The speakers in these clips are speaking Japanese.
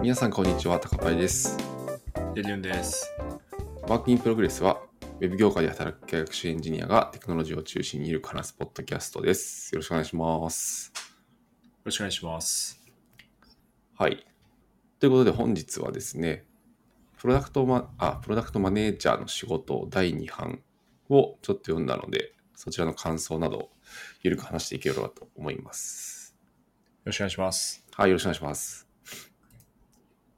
皆さんこんにちは、高パイです。デリュンです。ワークインプログレスは、ウェブ業界で働く学習エンジニアがテクノロジーを中心にいるカナスポッドキャストです。よろしくお願いします。よろしくお願いします。はい。ということで本日はですね、プロダクトマあプロダクトマネージャーの仕事第2版をちょっと読んだので、そちらの感想など、ゆるく話していければと思います。よろしくお願いします。はい、よろしくお願いします。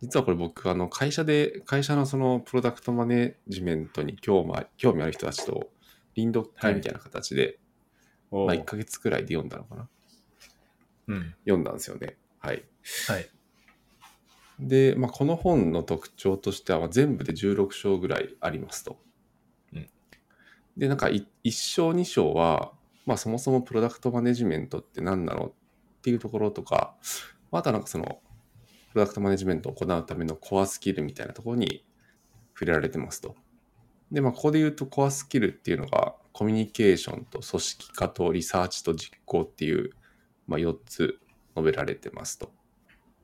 実はこれ僕、あの、会社で、会社のそのプロダクトマネジメントに興味あ興味ある人たちと、林読会みたいな形で、おまあ1ヶ月くらいで読んだのかなうん。読んだんですよね。はい。はい。で、まあ、この本の特徴としては、まあ全部で16章ぐらいありますと。うんで、なんか1章、2章は、まあ、そもそもプロダクトマネジメントって何なのっていうところとか、まああとはなんかその、プロダクトマネジメントを行うためのコアスキルみたいなところに触れられてますと。で、まあ、ここで言うとコアスキルっていうのが、コミュニケーションと組織化とリサーチと実行っていう、まあ、4つ述べられてますと。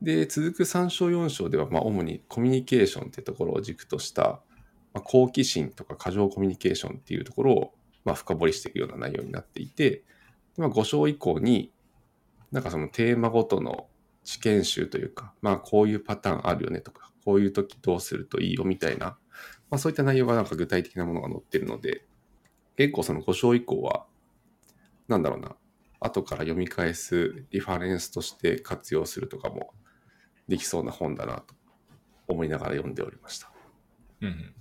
で、続く3章4章では、まあ、主にコミュニケーションってところを軸とした、まあ、好奇心とか過剰コミュニケーションっていうところを、まあ、深掘りしていくような内容になっていて、でまあ、5章以降に、なんかそのテーマごとの知見集というか、まあ、こういうパターンあるよねとか、こういう時どうするといいよみたいな、まあ、そういった内容がなんか具体的なものが載ってるので、結構その5章以降は、なんだろうな、後から読み返すリファレンスとして活用するとかもできそうな本だなと思いながら読んでおりました。うん。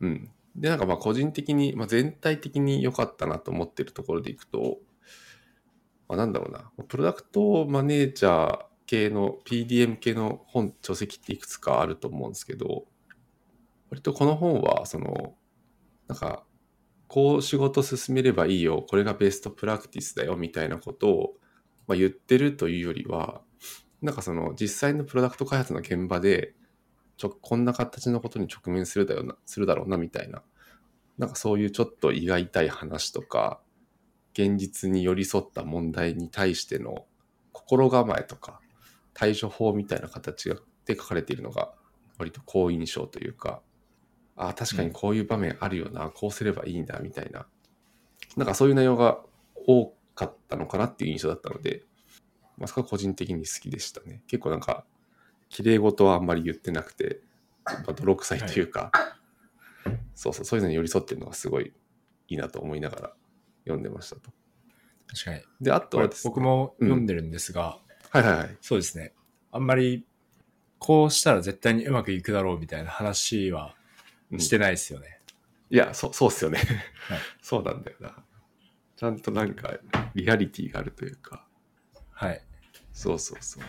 うん。で、なんかまあ個人的に、まあ、全体的に良かったなと思ってるところでいくと、まあ、なんだろうな、プロダクトマネージャー系の PDM 系の本、書籍っていくつかあると思うんですけど、割とこの本は、その、なんか、こう仕事進めればいいよ、これがベストプラクティスだよ、みたいなことを、まあ、言ってるというよりは、なんかその実際のプロダクト開発の現場で、ちょこんな形のことに直面するだよな、するだろうな、みたいな。なんかそういうちょっと胃が痛い話とか、現実に寄り添った問題に対しての心構えとか、対処法みたいな形で書かれているのが、割と好印象というか、ああ、確かにこういう場面あるよな、こうすればいいんだ、みたいな。なんかそういう内容が多かったのかなっていう印象だったので、まあ、そこは個人的に好きでしたね。結構なんか、綺麗事はあんまり言ってなくて、まあ、泥臭いというか、そうそう、そういうのに寄り添ってるのがすごいいいなと思いながら読んでましたと。確かに。で、あとこはれですね、僕も読んでるんですが、はいはいはい。そうですね。あんまり、こうしたら絶対にうまくいくだろうみたいな話はうんしてないですよね。いや、そう、そうっすよね、はい そうなんだよな。ちゃんとなんか、リアリティがあるというか、はい。そうそうそう。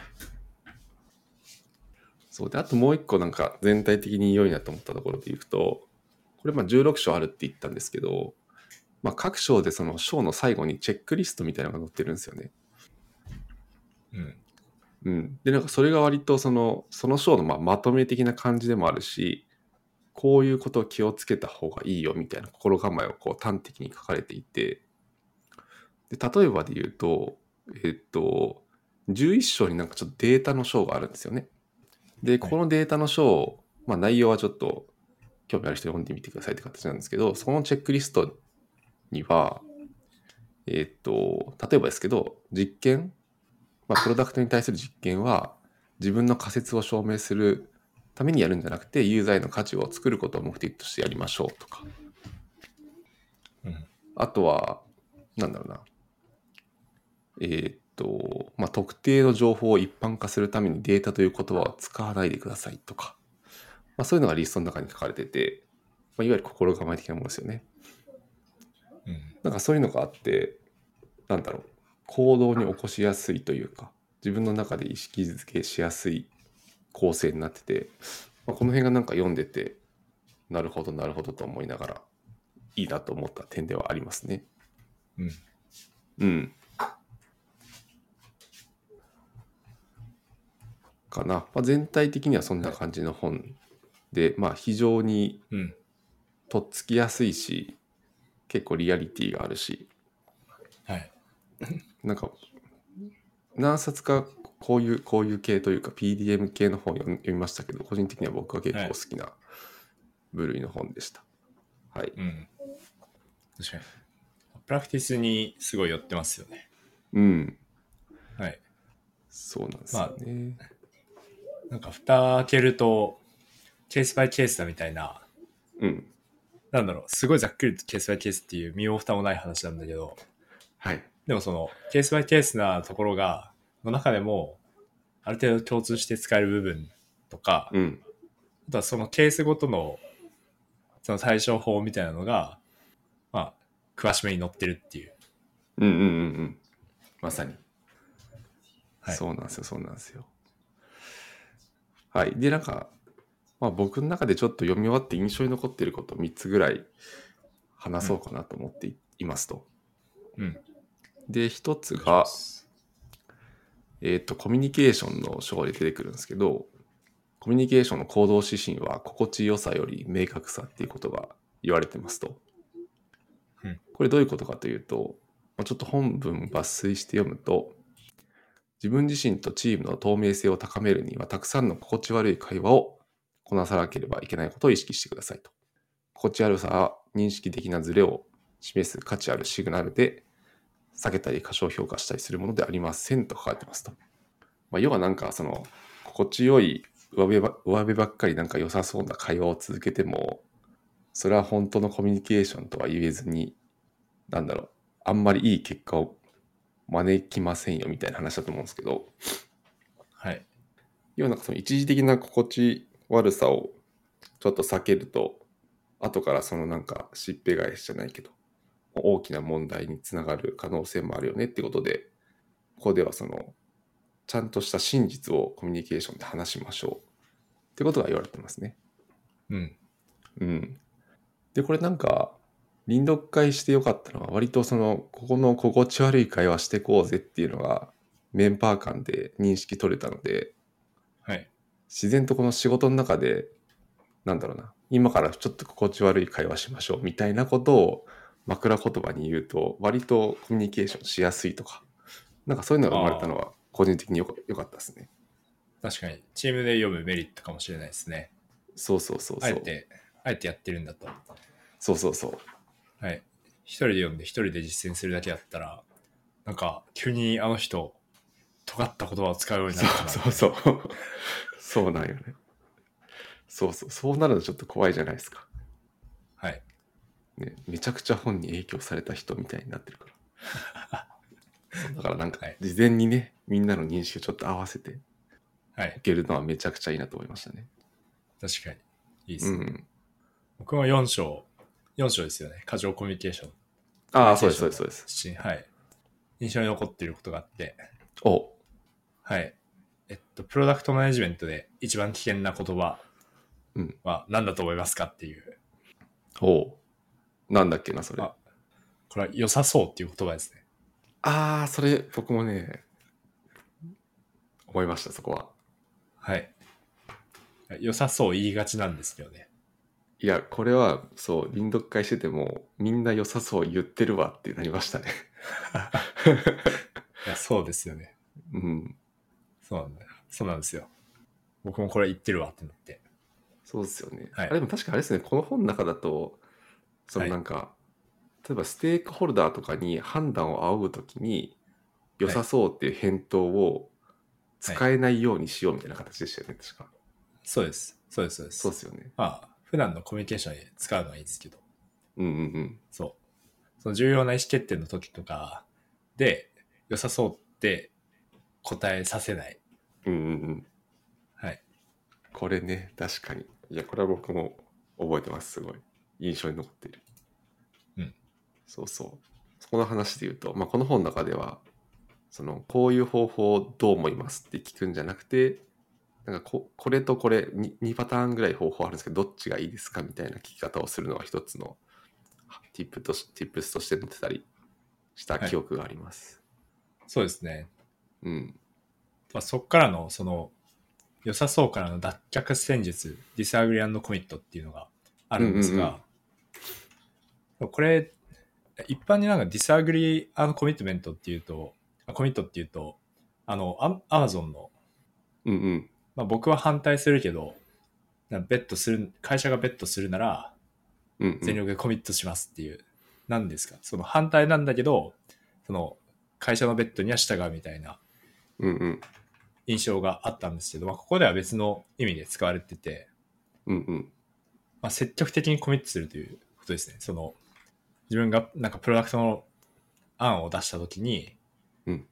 そうで、あともう一個なんか全体的に良いなと思ったところでいくと、これまあ16章あるって言ったんですけど、まあ各章でその章の最後にチェックリストみたいなのが載ってるんですよね。うん。うん。で、なんかそれが割とその、その章のまあまとめ的な感じでもあるし、こういうことを気をつけた方がいいよみたいな心構えをこう端的に書かれていて、で、例えばで言うと、えっと、11章になんかちょっとデータの章があるんですよね。で、このデータの章を、まあ内容はちょっと興味ある人読んでみてくださいって形なんですけど、そのチェックリストには、えっと、例えばですけど、実験、まあ、プロダクトに対する実験は、自分の仮説を証明するためにやるんじゃなくて、ユーザーへの価値を作ることを目的としてやりましょうとか。うん。あとは、なんだろうな。えーっと、まあ、特定の情報を一般化するためにデータという言葉を使わないでくださいとか。まあ、そういうのがリストの中に書かれてて、まあ、いわゆる心構え的なものですよね。うん。なんかそういうのがあって、なんだろう、行動に起こしやすいというか、自分の中で意識づけしやすい構成になってて、まあ、この辺がなんか読んでて、なるほど、なるほどと思いながら、いいなと思った点ではありますね。うん。うん。かな。まあ、全体的にはそんな感じの本で、まあ非常にうん。とっつきやすいし、結構リアリティがあるし、はい。なんか、何冊かこういう、こういう系というか PDM 系の本読み読みましたけど、個人的には僕は結構好きな部類の本でした。はい。うん。確かに。プラクティスにすごい寄ってますよね。うん。はい。そうなんですよね。なんか、蓋開けると、ケースバイケースだみたいな、うん。なんだろう、すごいざっくりとケースバイケースっていう身も蓋もない話なんだけど、はい。でもその、ケースバイケースなところが、の中でも、ある程度共通して使える部分とか、うん。あとはそのケースごとの、その対処法みたいなのが、まあ、詳しめに載ってるっていう。うんうんうんうん。まさに。はいそうなんですよ、そうなんですよ。はい。で、なんか、まあ、僕の中でちょっと読み終わって印象に残っていること3つぐらい話そうかなと思ってい,、ますと。うん。で、1つが、えっ、と、コミュニケーションの章で出てくるんですけど、コミュニケーションの行動指針は心地よさより明確さっていうことが言われてますと。うんこれどういうことかというと、まあちょっと本文抜粋して読むと、自分自身とチームの透明性を高めるには、たくさんの心地悪い会話をこなさなければいけないことを意識してくださいと。心地悪さは認識的なズレを示す価値あるシグナルで、下げたり過小評価したりするものではありませんと書かれてますと。まあ、要はなんかその心地よい上辺ば上辺ばっかりなんか良さそうな会話を続けてもそれは本当のコミュニケーションとは言えずになんだろうあんまりいい結果を招きませんよみたいな話だと思うんですけどはい。要はなんかその一時的な心地悪さをちょっと避けると後からそのなんかしっぺ返しじゃないけど大きな問題につながる可能性もあるよねってことでここではそのちゃんとした真実をコミュニケーションで話しましょうってことが言われてますね。うん。うん。で、これなんか、臨読会してよかったのは、割とその、ここの心地悪い会話してこうぜっていうのが、メンバー間で認識取れたので、はい。自然とこの仕事の中で、なんだろうな、今からちょっと心地悪い会話しましょうみたいなことを枕言葉に言うと、割とコミュニケーションしやすいとか、なんかそういうのが生まれたのは、個人的によかよかったですね。確かに、チームで読むメリットかもしれないですね。そうそうそうあそえう。て、あえてやってるんだと。そうそうそう。はい。一人で読んで、一人で実践するだけだったら、なんか、急にあの人、尖った言葉を使うようになるから。そうそうそう。そうなんよね。そうそう。そうなるとちょっと怖いじゃないですか。はい。ね、めちゃくちゃ本に影響された人みたいになってる から。そうだからなんかはい、事前にね、みんなの認識をちょっと合わせてはいい。けるのはめちゃくちゃいいなと思いましたね。確かに。いいでうす、ねん。僕も4章、4章ですよね。過剰コミュニケーション。ああ、そうです、そうです、そうです。す。はい。印象に残っていることがあって、おはい。えっと、プロダクトマネジメントで一番危険な言葉うんは何だと思いますかっていう、おうなんだっけな、それ。ああこれは良さそうっていう言葉ですね。あー、それ、僕もね、思いました、そこは。はい。良さそう言いがちなんですけどね。いや、これは、そう、臨読会してても、みんな良さそう言ってるわってなりましたね。いや、そうですよね。うん。そうなんだよ。そうなんですよ。僕もこれ言ってるわってなって。そうですよね。はいあれでも確かあれですね、この本の中だと、そのはいなんか、例えばステークホルダーとかに判断を仰ぐときに、良さそうっていう返答を使えないようにしようみたいな形でしたよね、確か。そうです。そうです。そうです。そうですよね。まあ、普段のコミュニケーションで使うのはいいですけど、うんうんそう。その重要な意思決定の時とかで、良さそうって答えさせない。うん。うんうんうん。はい。これね、確かに。いや、これは僕も覚えてます、すごい。印象に残っている。うん。そうそう。そこの話で言うと、まあ、この本の中では、その、こういう方法をどう思いますって聞くんじゃなくて、なんかこ、これとこれに2、パターンぐらい方法あるんですけど、どっちがいいですかみたいな聞き方をするのが一つの、ティップとし、ティップスとして載ってたりした記憶があります。そうですね。うん。まあ、そこからの、その、良さそうからの脱却戦術、ディスアグリアンドコミットっていうのがあるんですが、これ、一般になんかディスアグリアンドコミットメントっていうと、あコミットっていうと、あの、アアマゾンの、うんうん。まあ、僕は反対するけど、なベットする、会社がベットするなら、うんうん、全力でコミットしますっていう、なんですか、その反対なんだけど、その、会社のベッドには従うみたいなうんうん。印象があったんですけど、まあ、ここでは別の意味で使われてて、うんうん。まあ、積極的にコミットするということですね。その自分がなんかプロダクトの案を出したときに、うん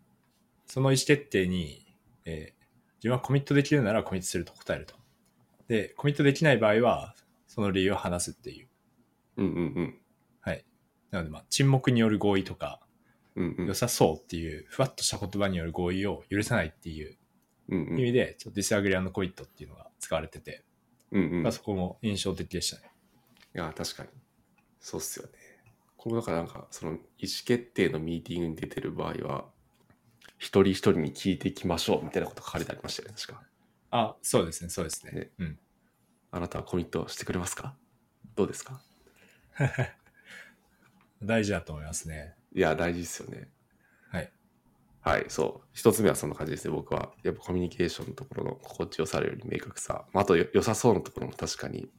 その意思決定に、えー自分はコミットできるならコミットすると答えると。で、コミットできない場合は、その理由を話すっていう。うんうんうん。はい。なので、まあ、沈黙による合意とか、うんうん良さそうっていう、ふわっとした言葉による合意を許さないっていううん意味で、ちょっとディスアグリアンドコミットっていうのが使われてて、うんうんまあ、そこも印象的でしたね。いや、確かに。そうっすよね。これだからなんか、その意思決定のミーティングに出てる場合は、一人一人に聞いていきましょうみたいなこと書かれてありましたよね、確か。あ、そうですね、そうですね。ねうん。あなたはコミットしてくれますかどうですか大事だと思いますね。いや、大事ですよね。はい。はい、そう。一つ目はそんな感じですね、僕は。やっぱコミュニケーションのところの心地よさより明確さ。まああとよ、良さそうなところも確かに、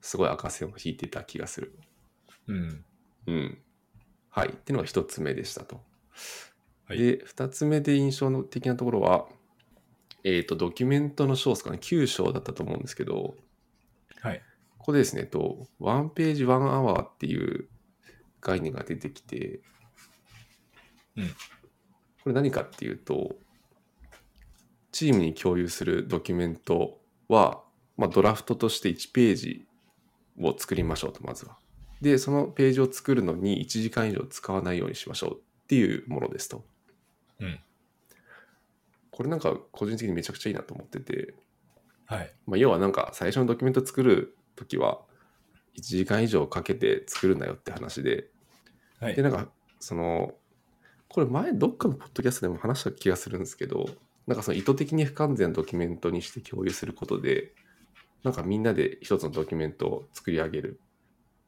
すごい赤線を引いてた気がする。うん。うん。はい。っていうのが一つ目でしたと。はいで、二つ目で印象的なところは、えっ、と、ドキュメントの章ですかね、9章だったと思うんですけど、はい。ここでですね、えっと、ワンページワンアワーっていう概念が出てきて、うんこれ何かっていうと、チームに共有するドキュメントは、まあ、ドラフトとして1ページを作りましょうと、まずは。で、そのページを作るのに1時間以上使わないようにしましょうっていうものですと。うんこれなんか個人的にめちゃくちゃいいなと思ってて、はい。まあ、要はなんか最初のドキュメント作るときは1時間以上かけて作るなよって話で、はでい。なんかそのこれ前どっかのポッドキャストでも話した気がするんですけどなんかその意図的に不完全なドキュメントにして共有することでなんかみんなで一つのドキュメントを作り上げる、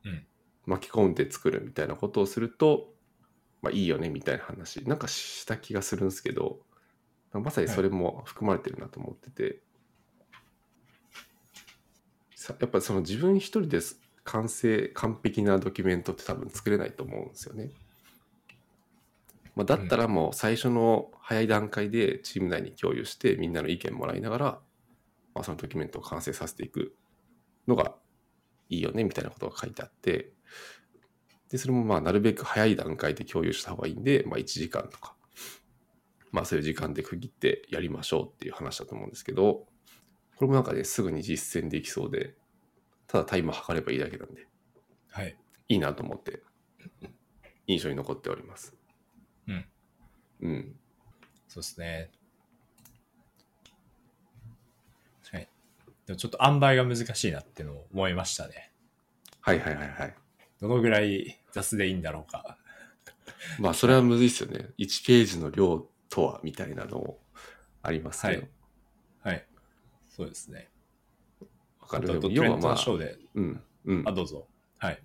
うん巻き込んで作るみたいなことをすると、まあ、いいよねみたいな話なんかした気がするんですけどまさにそれも含まれてるなと思ってて、さやっぱりその自分一人です完成完璧なドキュメントって多分作れないと思うんですよね。まあ、だったらもう最初の早い段階でチーム内に共有してみんなの意見もらいながら、まあ、そのドキュメントを完成させていくのがいいよねみたいなことが書いてあってでそれもまあなるべく早い段階で共有した方がいいんで、まあ、1時間とか、まあ、そういう時間で区切ってやりましょうっていう話だと思うんですけどこれもなんかねすぐに実践できそうでただタイム測ればいいだけなんではい。いいなと思って印象に残っております。うん。うん。そうですね。確かに。でもちょっと塩梅が難しいなっていうのを思いましたね。はいはいはいはい。どのぐらい雑でいいんだろうか。まあそれはむずいっすよね。1ページの量とはみたいなのもありますけど。はいはい。そうですね。わあかとるはでドもキ要ュメはントまのショあ、ーで、うん、うんあ、。どうぞ。はい。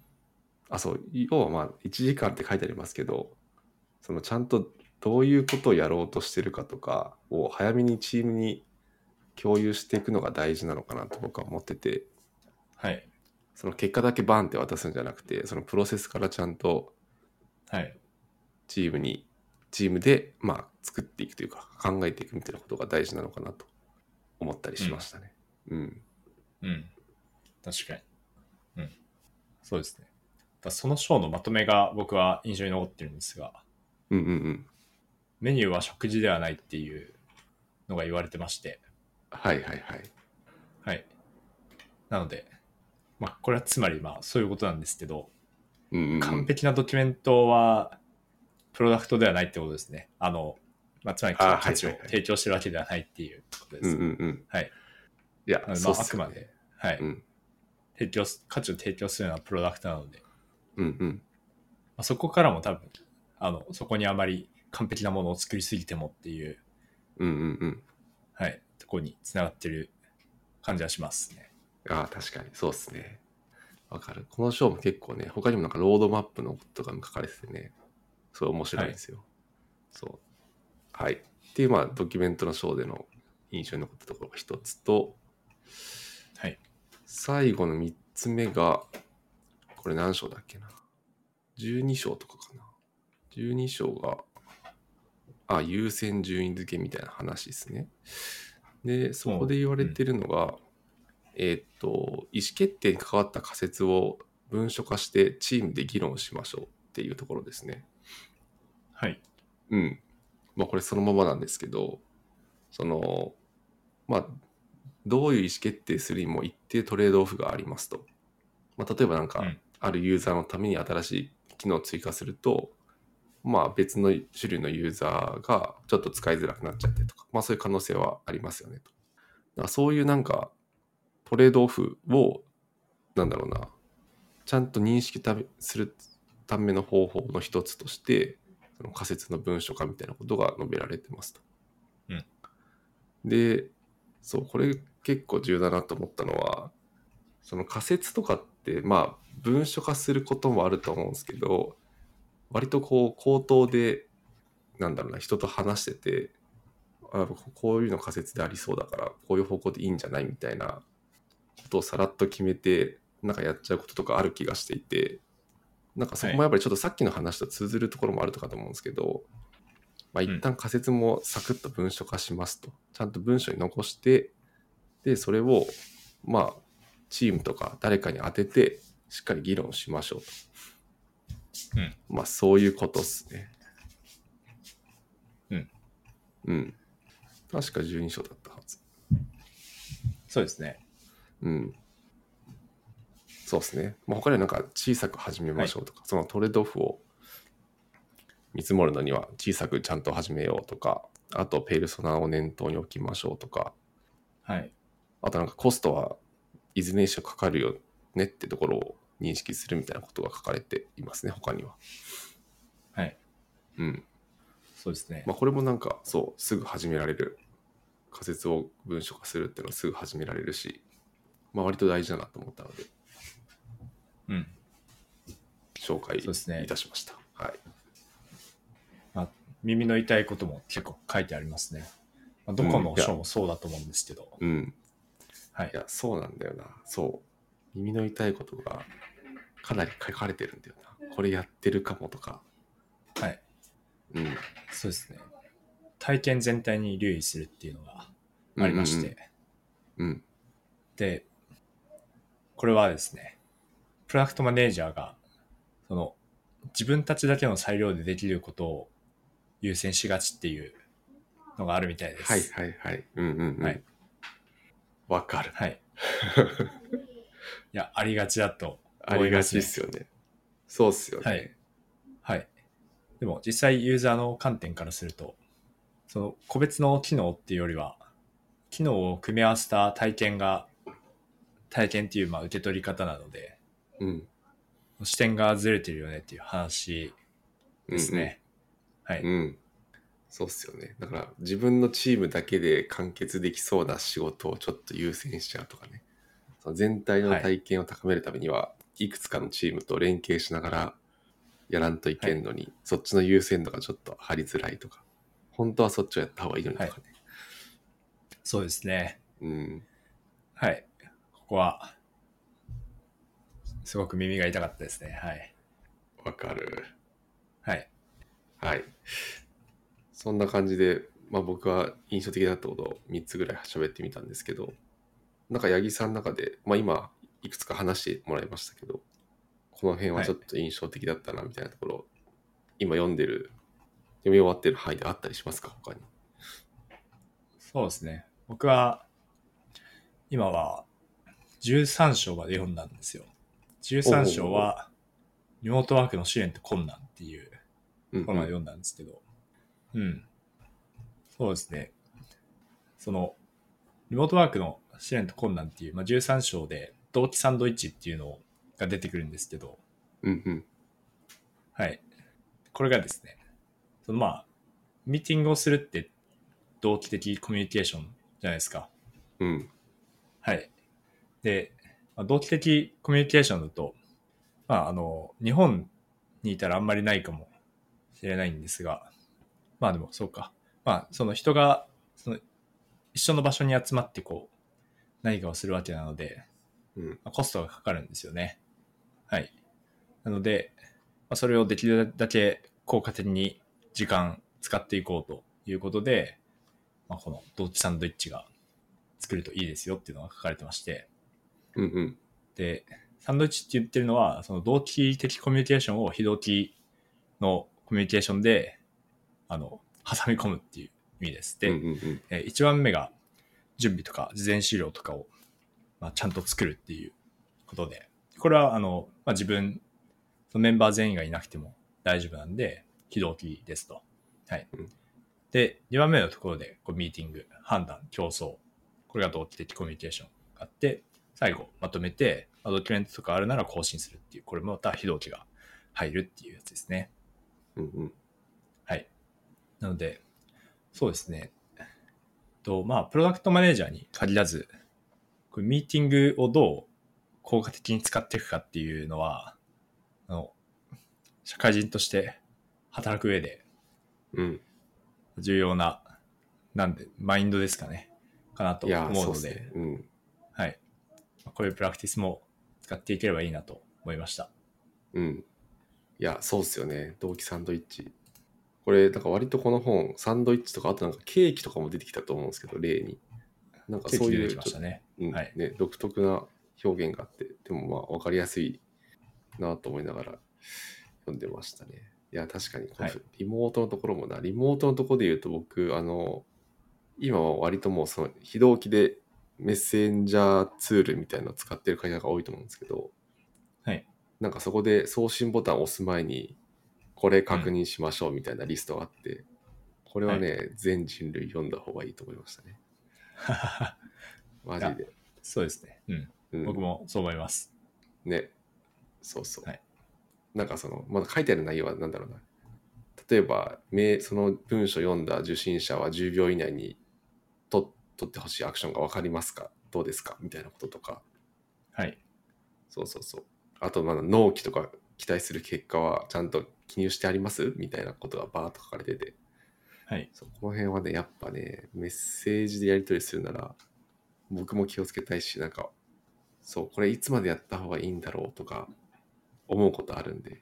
あ、そう、要はまあ1時間って書いてありますけど、そのちゃんとどういうことをやろうとしてるかとかを早めにチームに共有していくのが大事なのかなと僕は思ってて、はい。その結果だけバンって渡すんじゃなくて、そのプロセスからちゃんとはい。チームに、チームでまあ作っていくというか考えていくみたいなことが大事なのかなと思ったりしましたね。うん。うん。確かに。うん。そうですね。だからそのショーのまとめが僕は印象に残ってるんですが、うんうんうん。メニューは食事ではないっていうのが言われてまして、はいはいはい。はい。なので、まあ、これはつまり、まあ、そういうことなんですけど、うんうんうん、完璧なドキュメントは、プロダクトではないってことですね。あの、まあ、つまりあー価値をはいはいはい提供してるわけではないっていうことです。うんうんうん。はい。いやな、のでまそうっあ、あすくよまねで、はい、うん提供す。価値を提供するのはプロダクトなので、まうんうん。あ、そこからも多分、あの、そこにあまり完璧なものを作りすぎてもっていう、うんうんうん。はい、とこにつながってる感じはしますね。ああ、確かに、そうですね。わかる。この章も結構ね、他にもなんかロードマップのこととかも書かれててね、すごい面白いんですよ。そう。はい。っていう、まあ、ドキュメントの章での印象に残ったところが一つと、はい。最後の3つ目が、これ何章だっけな。12章とかかな。12章が、あ、優先順位付けみたいな話ですね。で、そこで言われてるのが、えーっと、意思決定に関わった仮説を文書化してチームで議論しましょうっていうところですね。はい。うん。まあこれそのままなんですけど、その、まあ、どういう意思決定するにも一定トレードオフがありますと。まあ例えばなんかうん、あるユーザーのために新しい機能を追加すると、まあ別の種類のユーザーがちょっと使いづらくなっちゃってとか、まあそういう可能性はありますよねと。だからそういうなんか、トレードオフを、なんだろうな、ちゃんと認識ためするための方法の一つとして、その仮説の文書化みたいなことが述べられてますと。うんで、そう、これ結構重要だなと思ったのは、その仮説とかって、まあ、文書化することもあると思うんですけど、割とこう、口頭で、なんだろうな、人と話してて、あこういうの仮説でありそうだから、こういう方向でいいんじゃないみたいなことをさらっと決めて、なんかやっちゃうこととかある気がしていて、なんかそこもやっぱりちょっとさっきの話と通ずるところもあるとかと思うんですけど、まあん一旦仮説もサクッと文書化しますと、ちゃんと文書に残して、で、それを、まあ、チームとか誰かに当てて、しっかり議論しましょうと。うんまあ、そういうことっすね。うん。うん。確か12章だったはず。そうですね。うん。そうですね。まあ、他にはなんか小さく始めましょうとか、そのトレードオフを見積もるのには小さくちゃんと始めようとか、あとペルソナを念頭に置きましょうとか、はい。あとなんかコストはいずれにしろかかるよねってところを認識するみたいなことが書かれていますね、他には。はい。うん。そうですね。まあこれもなんかそう、すぐ始められる。仮説を文書化するっていうのはすぐ始められるし、まあ割と大事だなと思ったので、うん。紹介そうですねいたしました。はい。まあ、耳の痛いことも結構書いてありますね。まあ、どこの章もそうだと思うんですけど。うん。はいい。や、そうなんだよな。そう。耳の痛いことがかなり書かれてるんだよな。これやってるかもとか。はい。うん。そうですね。体験全体に留意するっていうのがありまして。うん。で、これはですね、プロダクトマネージャーが、その、自分たちだけの裁量でできることを優先しがちっていうのがあるみたいです。はいはいはい。うんうんうん。はい。わかる。 はい。いや、ありがちだとありがちですよね。そうっすよね。はい。はい。でも実際ユーザーの観点からすると、その個別の機能っていうよりは、機能を組み合わせた体験が、体験っていうまあ受け取り方なので、うん。視点がずれてるよねっていう話ですね。うん。はい。うん。そうっすよね。だから自分のチームだけで完結できそうな仕事をちょっと優先しちゃうとかね。その全体の体験を高めるためには、い、くつかのチームと連携しながらやらんといけんのに、そっちの優先度がちょっと張りづらいとか、本当はそっちをやった方がいいのにとかね。そうですね。うん。はい。ここは、すごく耳が痛かったですね。はい。わかる。はい。はい。そんな感じで、まあ、僕は印象的だったことを3つぐらい喋ってみたんですけど、なんか八木さんの中で、まあ、今、いくつか話してもらいましたけど、この辺はちょっと印象的だったなみたいなところ、今読んでる、読み終わってる範囲であったりしますか、他に。そうですね。僕は、今は13章まで読んだんですよ。13章は、リモートワークの支援と困難っていううん、本まで読んだんですけど、うん。そうですね。その、リモートワークの支援と困難っていう、まあ、13章で、同期サンドイッチっていうのが出てくるんですけど、うん、うん、はい。これがですね、そのまあ、ミーティングをするって同期的コミュニケーションじゃないですか。うん、はい。で、まあ、同期的コミュニケーションだと、まあ、あの、日本にいたらあんまりないかもしれないんですが、まあでもそうか。まあ、その人が、その、一緒の場所に集まって、こう、何かをするわけなので、うんまあコストがかかるんですよね。はい。なので、まあ、それをできるだけ効果的に時間使っていこうということで、まあ、このドッジサンドイッチが作るといいですよっていうのが書かれてまして、うんうん。で、サンドイッチって言ってるのは、その同期的コミュニケーションを非同期のコミュニケーションで、あの、挟み込むっていう意味です。で、うんうんうんえー1番目が準備とか事前資料とかを、まあ、ちゃんと作るっていうことで、これはあの、まあ、自分、そのメンバー全員がいなくても大丈夫なんで、非同期ですと。はいうん。で、2番目のところで、こうミーティング、判断、競争、これが同期的コミュニケーションがあって、最後、まとめて、まあドキュメントとかあるなら更新するっていう、これもまた非同期が入るっていうやつですね。うんうん。はい。なので、そうですね。と、まあ、プロダクトマネージャーに限らず、これミーティングをどう効果的に使っていくかっていうのは、あの、社会人として働く上でうん。重要な、なんで、マインドですかね、かなといや思ー、うそうのですで、ね。うん。はい。こういうプラクティスも使っていければいいなと思いました。うん。いや、そうっすよね。同期サンドイッチ。これ、なんか割とこの本、サンドイッチとか、あとなんかケーキとかも出てきたと思うんですけど、例に。なんかケーそキう出いてうきましたね。うんはいね、独特な表現があって、でもまあ分かりやすいなと思いながら読んでましたね。いや、確かにこのはいリモートのところもな、リモートのところで言うと僕、あの、今は割ともうその非同期でメッセンジャーツールみたいなのを使ってる会社が多いと思うんですけど、はいなんかそこで送信ボタンを押す前に、これ確認しましょうみたいなリストがあって、これはね、全人類読んだ方がいいと思いましたね。マジで。 そうですね。うん。うん僕もそう思います。ね。そうそう。はいなんかその、まだ書いてある内容は何だろうな。例えば、めその文章読んだ受信者は10秒以内に取取ってほしいアクションが分かりますかどうですかみたいなこととか。はい。そうそうそう。あと、まだ納期とか期待する結果はちゃんと記入してありますみたいなことがバーッと書かれてて。はい。そうこの辺はね、やっぱね、メッセージでやり取りするなら、僕も気をつけたいし、なんか、そう、これいつまでやった方がいいんだろうとか、思うことあるんで、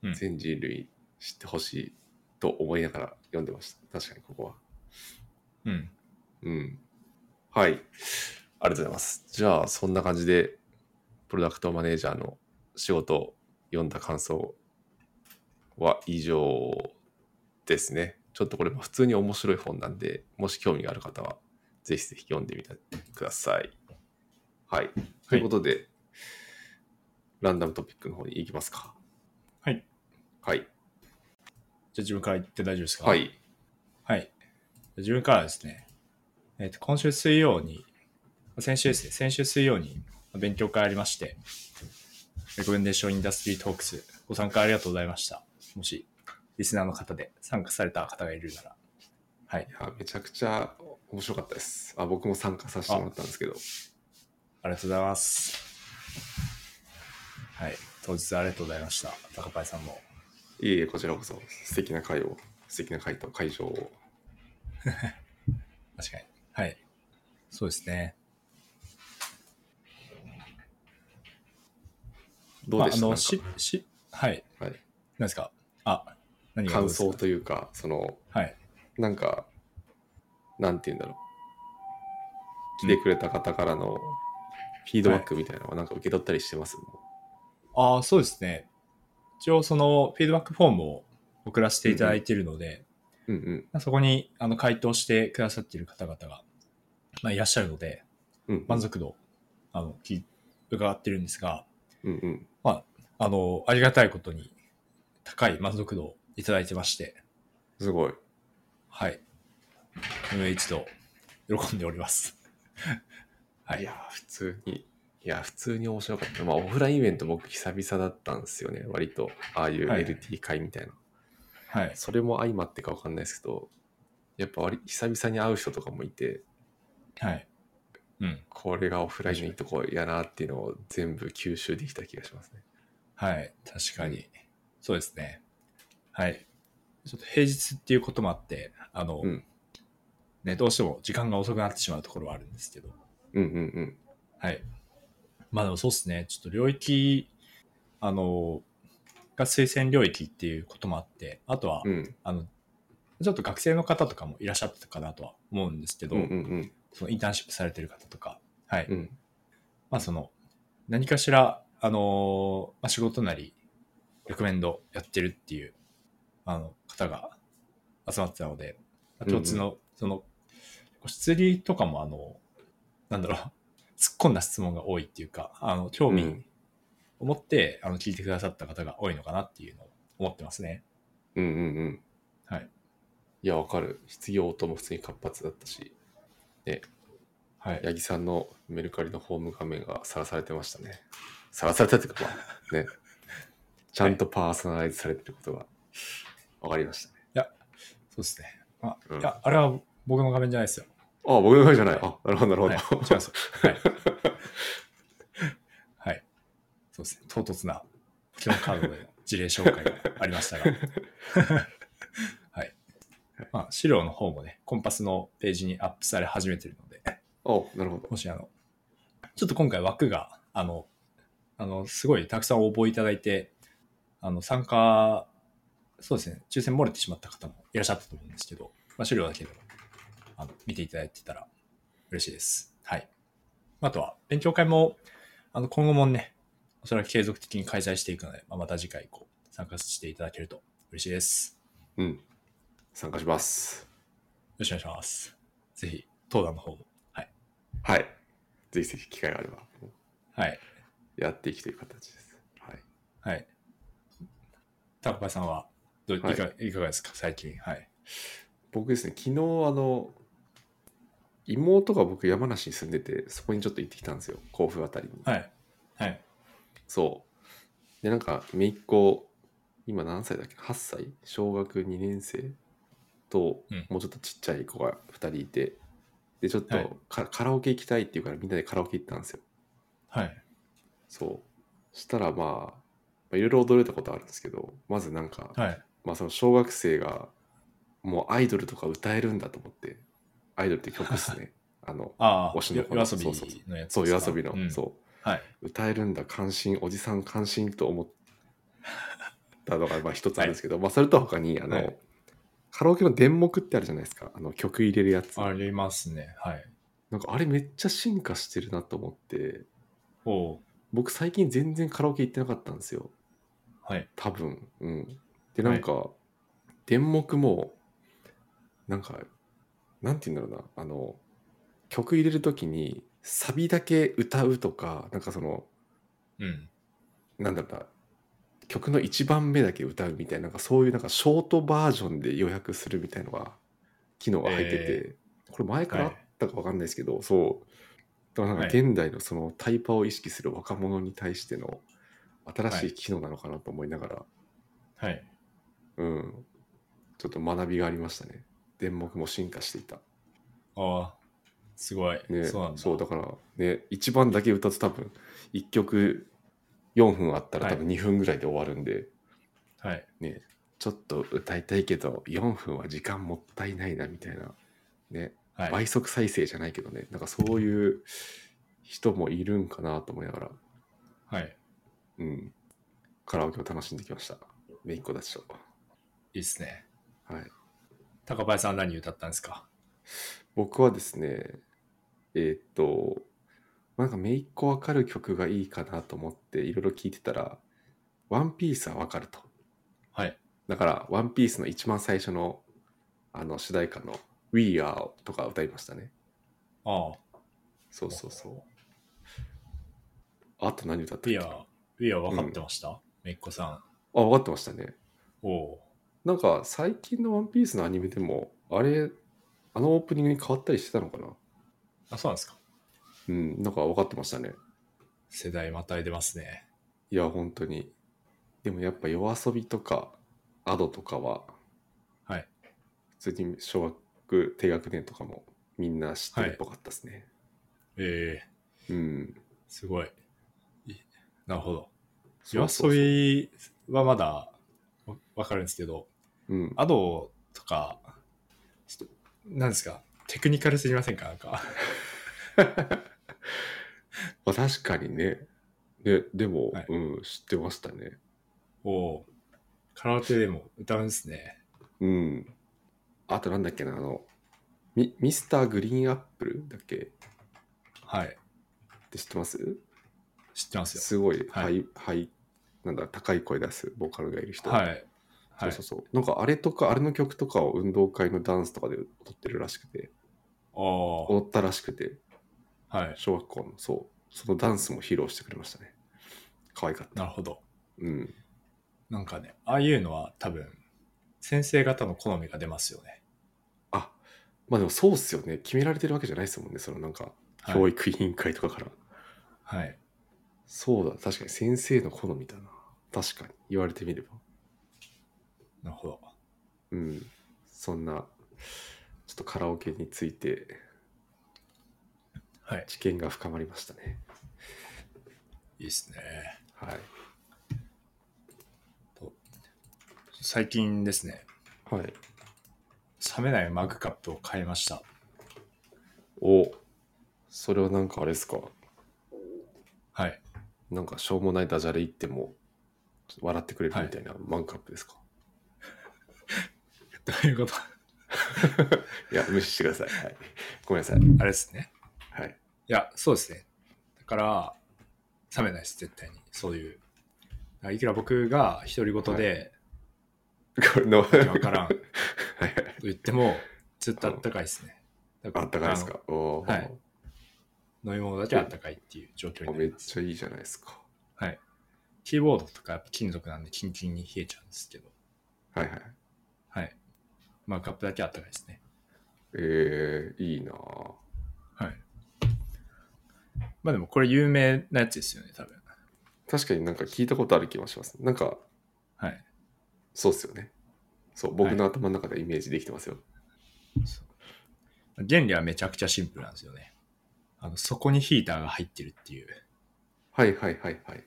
うん全人類知ってほしいと思いながら読んでました。確かにここは。うん。うん。はい。ありがとうございます。じゃあ、そんな感じで、プロダクトマネージャーの仕事を読んだ感想は以上ですね。ちょっとこれも普通に面白い本なんで、もし興味がある方は、ぜひぜひ読んでみてください。はい。ということで、ランダムトピックの方に行きますか。はい。はい。じゃあ自分から言って大丈夫ですかは。い。はい。自分からですね、えっ、と、今週水曜に、先週ですね、先週水曜に勉強会ありまして、レコメンデーションインダストリートークス、ご参加ありがとうございました。もし、リスナーの方で参加された方がいるなら、はいい、や、めちゃくちゃ面白かったです。あ、僕も参加させてもらったんですけど。ありがとうございます。はい、当日ありがとうございました。高パイさんも。いえいえ、こちらこそ、素敵な会を、素敵な会と会場を。確かに。はい。そうですね。どうでした、なまあ、あの、んかし、し、はい。はい何ですかあ、何がどう感ですか想というか、その、はい。なんか、なんて言うんだろう。来てくれた方からのフィードバックみたいなのはなんか受け取ったりしてます、ああ、そうですね。一応、その、フィードバックフォームを送らせていただいているので、うんうん。まあそこに、あの、回答してくださっている方々が、まあ、いらっしゃるので、うん、満足度、あの、き伺ってるんですが、うんうん。あの、ありがたいことに、高い満足度をいただいてまして、すごい。はい。運営一同、喜んでおります。はいいや、普通に、いや、普通に面白かった。まあ、オフラインイベント僕久々だったんですよね。割と、ああいうはい LT 会みたいな。はい。それも相まってかわかんないですけど、やっぱ割久々に会う人とかもいて、はい。うん。これがオフラインのいいとこやなっていうのを全部吸収できた気がしますね。はい。確かに。そうですね。はい。ちょっと平日っていうこともあって、あの、うんね、どうしても時間が遅くなってしまうところはあるんですけど、うんうんはい。まあでもそうですね、ちょっと領域、あの、が推薦領域っていうこともあって、あとは、うん。うんあの、ちょっと学生の方とかもいらっしゃったかなとは思うんですけど、うんうんそのインターンシップされてる方とか、はい。うん。まあその、何かしら、あのまあ、仕事なり、レコメンドやってるっていう、あの、方が集まってたので、まあ共通の、その、質疑とかもあの、なんだろう、 突っ込んだ質問が多いっていうか、あの、興う味んを持って、あの、聞いてくださった方が多いのかなっていうのを思ってますね。うんうんうん。はい。いや、わかる。失業とも普通に活発だったし、はい。八木さんのメルカリのホーム画面がさらされてましたね。さらされたっていうか、まあ、ね。ちゃんとパーソナライズされてることがわかりましたね。そうですね。まあ、うんいや、あれは僕の画面じゃないですよ。ああ、僕の画面じゃない。あ、なるほど、なるほはい、ど。違い ます。はい。はい。そうですね。唐突なポケモンカードで事例紹介がありま したが。はい。まあ、資料の方もね、コンパスのページにアップされ始めてるので、おなるほど。もしあの、ちょっと今回枠が、あの、あの、すごいたくさん応募いただいて、あの、参加、そうですね、抽選漏れてしまった方もいらっしゃったと思うんですけど、まあ、資料だけでも、あの、見ていただいてたら嬉しいです。はい。あとは、勉強会も、あの、今後もね、おそらく継続的に開催していくので、まあ、また次回以降、参加していただけると嬉しいです。うん。参加します。よろしくお願いします。ぜひ、登壇の方も。はい。ぜひぜひ機会があれば、はい。やっていくという形です。はい。はい。高橋さんはどういはいか、い、かがですか、最近。はい。僕ですね、昨日、あの、妹が僕山梨に住んでて、そこにちょっと行ってきたんですよ。甲府あたりに。はい。はい。そう。で、なんか、姪っ子、今何歳だっけ ?8 歳小学2年生とうん、もうちょっとちっちゃい子が2人いて、で、ちょっとはいカラカラオケ行きたいっていうからみんなでカラオケ行ったんですよ。はい。そう。したら、まあ、まあいろいろ驚いたことあるんですけど、まずなんか、はい。まあその小学生がもうアイドルとか歌えるんだと思って、アイドルって曲です ね。あの、ああ、推しのよ子夜の遊びそうそうのやつそう、夜遊びの、うそん。はい。う、歌えるんだ、関心、おじさん関心と思ったのが、まあ一つあるんですけど、まあそれと他に、あの、はいカラオケの電目ってあるじゃないですか、あの曲入れるやつ。ありますね。はい。なんかあれめっちゃ進化してるなと思って、おう僕最近全然カラオケ行ってなかったんですよ。はい。多分うんでなんか、電目もなんかなんて言うんだろうなあの曲入れる時にサビだけ歌うとかなんかそのうん。なんだろうな曲の1番目だけ歌うみたいななんかそういうなんかショートバージョンで予約するみたいのが機能が入ってて、これ前からあったか分かんないですけど、そうだからなんかはい現代のそのタイパを意識する若者に対しての新しい機能なのかなと思いながら、はい。うん。ちょっと学びがありましたね。電目も進化していた。ああ、すごい。ね、そうなんだ。だから、ね、1番だけ歌うと多分、1曲4分あったらはい多分2分ぐらいで終わるんで、はい。ね、ちょっと歌いたいけど、4分は時間もったいないなみたいな、ね、はい。倍速再生じゃないけどね、なんかそういう人もいるんかなと思いながら、はい。うん。カラオケを楽しんできました。めいっ子たちと。いいっすね。はい。高林さんは何歌ったんですか僕はですねえーっとなんかめいっ子わかる曲がいいかなと思っていろいろ聞いてたら「ワンピースはわかるとはい。だから「ワンピースの一番最初のあの主題歌の「We Are」とか歌いましたねああ、そうそうそうあと何歌ったっけ We are, We are 分かってました。めいっこさん。あ分かってましたねおう。なんか最近の「ワンピースのアニメでもあれあのオープニングに変わったりしてたのかなあ、そうなんですか。うんなんか分かってましたね世代またいでますね。いや、本当に。でもやっぱ夜遊びとか、アドとかは、はい。普通に小学低学年とかもみんな知ってるっぽかったですね。ええうん。すごい。いなるほど。そう夜そうそう遊びはまだわわかるんですけど、うん。アドとか、ちょっとなんですか、テクニカルすぎませんかなんか。まあ、確かにね。で、でも、はいうん、知ってましたね。おおカラオケでも歌うんですね。うん。あとなんだっけな、あの、ミミスターグリーンアップルだっけっはい。て知ってます知ってますよ。すごい、はいはい、はい、なんだ、高い声出すボーカルがいる人。はい。はそういそう。そう。なんかあれとか、あれの曲とかを運動会のダンスとかで踊ってるらしくて、お踊ったらしくて、あ、はい。小学校の、そう、そのダンスも披露してくれましたね。可愛かった。なるほど。うん。なんかね、ああいうのは多分、先生方の好みが出ますよね。あ、まあでもそうっすよね。決められてるわけじゃないですもんね。そのなんか、はい教育委員会とかから。はい。そうだ、確かに先生の好みだな。確かに、言われてみれば。なるほど。うん。そんな、ちょっとカラオケについてはい。知見が深まりましたね。いいですね。はい。最近ですね、はい。冷めないマグカップを買いました。お、それはなんかあれですか。はい。なんかしょうもないダジャレ言っても、ちょっと笑ってくれるみたいなマグカップですか。どういうことい、や、無視してください。はい。ごめんなさい。あれですね。はい。いや、そうですね。だから、冷めないです、絶対に。そういう。だからいくら僕が独り言で、これの、わけわからんとはいはい言っても、ずっとあったかいですね。だらあったかいですか。おーはいあの飲み物だけあったかいっていう状況あになめりっます。ちゃいいじゃないですか。はい。キーボードとかやっぱ金属なんでキンキンに冷えちゃうんですけど、はいはい。はい。まあカップだけあったかいですね。えー、いいなぁはい。まあでもこれ有名なやつですよね、多分。確かになんか聞いたことある気がします。なんか、はい。そうっすよね。そう、僕の頭の中でイメージできてますよ。そう原理はめちゃくちゃシンプルなんですよね。あの、そこにヒーターが入ってるっていう。はいはいはいはい。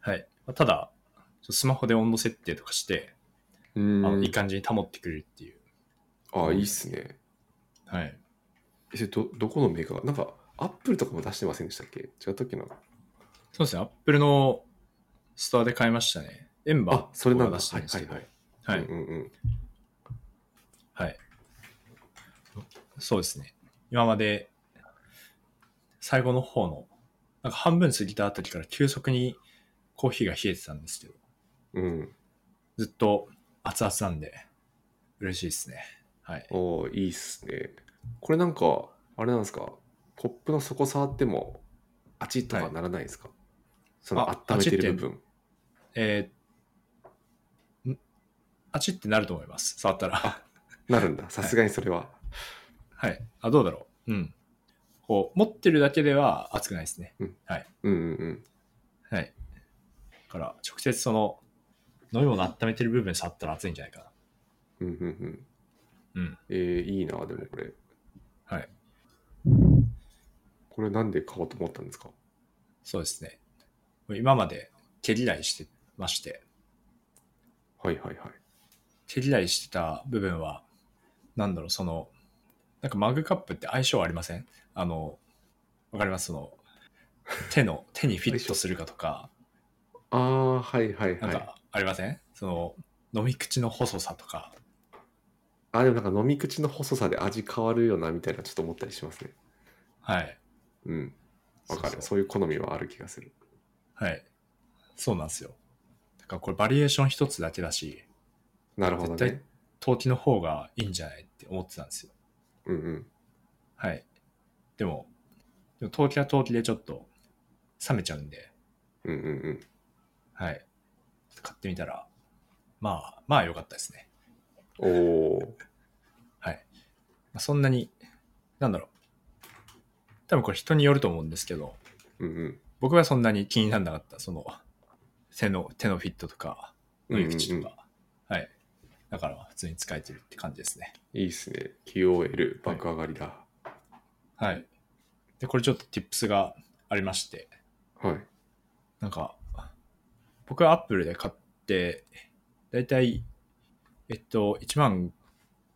はい。まあただ、ちょスマホで温度設定とかして、うあのーいいん。感じに保ってくれるっていう。ああ、いいっすね。はい。え、ど、どこのメーカーなんか、アップルとかも出してませんでしたっけ違ったっけなそうですね、Apple のストアで買いましたね。エンバーあ、それなんだ。出しはていはるんですけいどはい。はうん。いうんうん。はい。そうですね。今まで、最後の方の、なんか半分過ぎたあたりから急速にコーヒーが冷えてたんですけど、うん。ずっと熱々なんで、嬉しいですね。はい。おおいいっすね。これなんか、あれなんですかコップの底触っても、あちっとかならないですか、そのあ温めてる部分。えー、んあちってなると思います。触ったら。なるんだ。さすがにそれは。はい。あ、どうだろう。うん。こう、持ってるだけでは熱くないですね。うんうんうん。はい。だから、直接その、飲み物温めてる部分触ったら熱いんじゃないかうんうんうん。な。うん。えー、いいな、でもこれ。はい。これなんで買おうと思ったんですかそうですね。今まで毛嫌いしてまして、はいはいはい。毛嫌いしてた部分は、なんだろう、その、なんかマグカップって相性ありませんあの、わかりますその、手の、手にフィットするかとか、ああ、はいはいなんはい。かありません、その、飲み口の細さとか、あーでもなんか飲み口の細さで味変わるよな、みたいなちょっと思ったりしますね。はい。うん。わかる。そうそういう好みはある気がする。はい。そうなんですよ。だからこれバリエーション一つだけだし、なるほど絶対ね。陶器の方がいいんじゃないって思ってたんですよ。うんうん。はい。でも、でも陶器は陶器でちょっと冷めちゃうんで、うんうんうん。はい。買ってみたら、まあ、まあ良かったですね。おお。はい。まあ、そんなに、なんだろう。多分これ人によると思うんですけど、うんうん。僕はそんなに気にならなかった。その、手の、手のフィットとか、うん飲うんうみん口とか。はい。だから、普通に使えてるって感じですね。いいっすね。QOL 爆上がりだ。はい。で、これちょっと tips がありまして、はい。なんか、僕は Apple で買って、だいたい、えっと、1万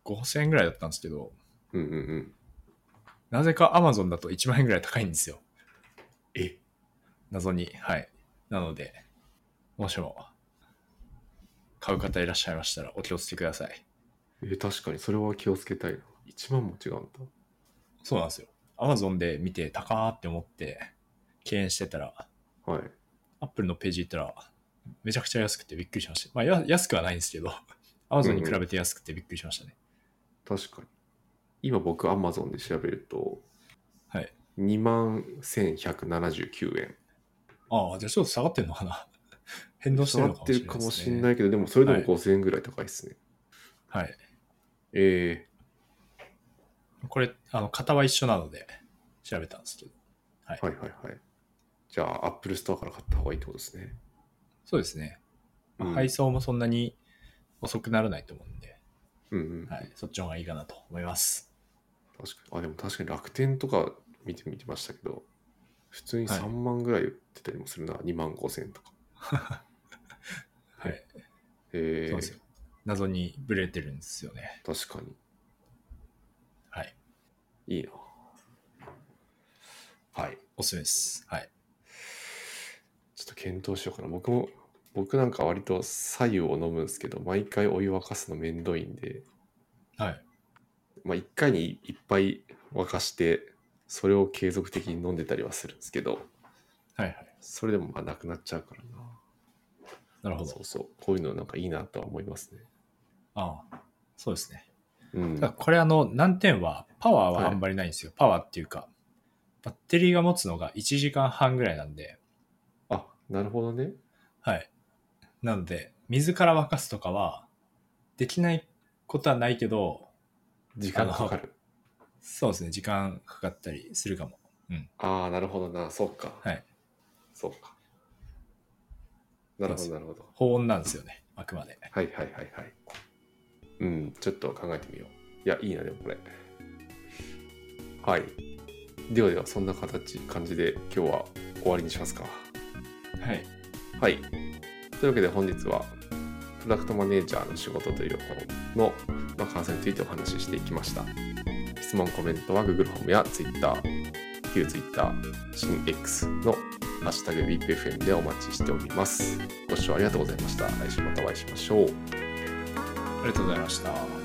5000円ぐらいだったんですけど、うんうんうん。なぜか Amazon だと1万円ぐらい高いんですよ。え謎に。はい。なので、もしも、買う方いらっしゃいましたらお気をつけください。え、確かにそれは気をつけたいな。1万も違うんだ。そうなんですよ。Amazon で見て高ーって思って敬遠してたら、はい。 Apple のページ行ったら、めちゃくちゃ安くてびっくりしました。まあ、や安くはないんですけど、Amazon に比べて安くてびっくりしましたね。確かに。今僕 Amazon で調べると、はい。 2万1179円。ああ、じゃあちょっと下がってるのかな 変動して下るがのってるかかももししれれなないいですね。けど、でもそれでもはい5000円ぐらい高いですね。はい。えこれ、あの、型は一緒なので、調べたんですけど。えはいはいはい。じゃあ Apple Store から買った方がいいってことですね。そうですね。まあうん配送もそんなに遅くならないと思うんで、うんうん。はい。そっちの方がいいかなと思います。確かに。あ、でも確かに楽天とか見てみてましたけど、普通にはい3万ぐらい売ってたりもするな。2万5000円と か。はい。えそうですえよ。謎にブレてるんですよね。確かに。はい。いいな。はい。おすすめです。はい。ちょっと検討しようかな。僕も、僕なんか割と左右を飲むんですけど、毎回お湯沸かすのめんどいんで、はい。まあ一回にいっぱい沸かして、それを継続的に飲んでたりはするんですけど、はいはい。それでもまあなくなっちゃうからなるほな。どそ。うそう。こういうのなんかいいなとは思いますね。ああ。そうですね。うんた。だこれあの、難点は、パワーはあんまりないんですよ。パワーっていうか、バッテリーが持つのが1時間半ぐらいなんで、あ、なるほどね。はい。なので、水から沸かすとかは、できないことはないけど、時間かかる。そうですね、時間かかったりするかも。ああー、なるほどな。そうか。はい。そうか。なるほそうど、そなるほど。保温なんですよね、あくまで。はいはいはいはい。うん、ちょっと考えてみよう。いや、いいな、でもこれ。はい。ではでは、そんな形、感じで今日は終わりにしますか。はい。はい。というわけで本日は、プロダクトマネージャーの仕事という方の、まあ、感想についてお話ししていきました。質問、コメントは Google ホームや Twitter、旧 Twitter、新 X のハッシュタグ WIPFM でお待ちしております。ご視聴ありがとうございました。来週またお会いしましょう。ありがとうございました。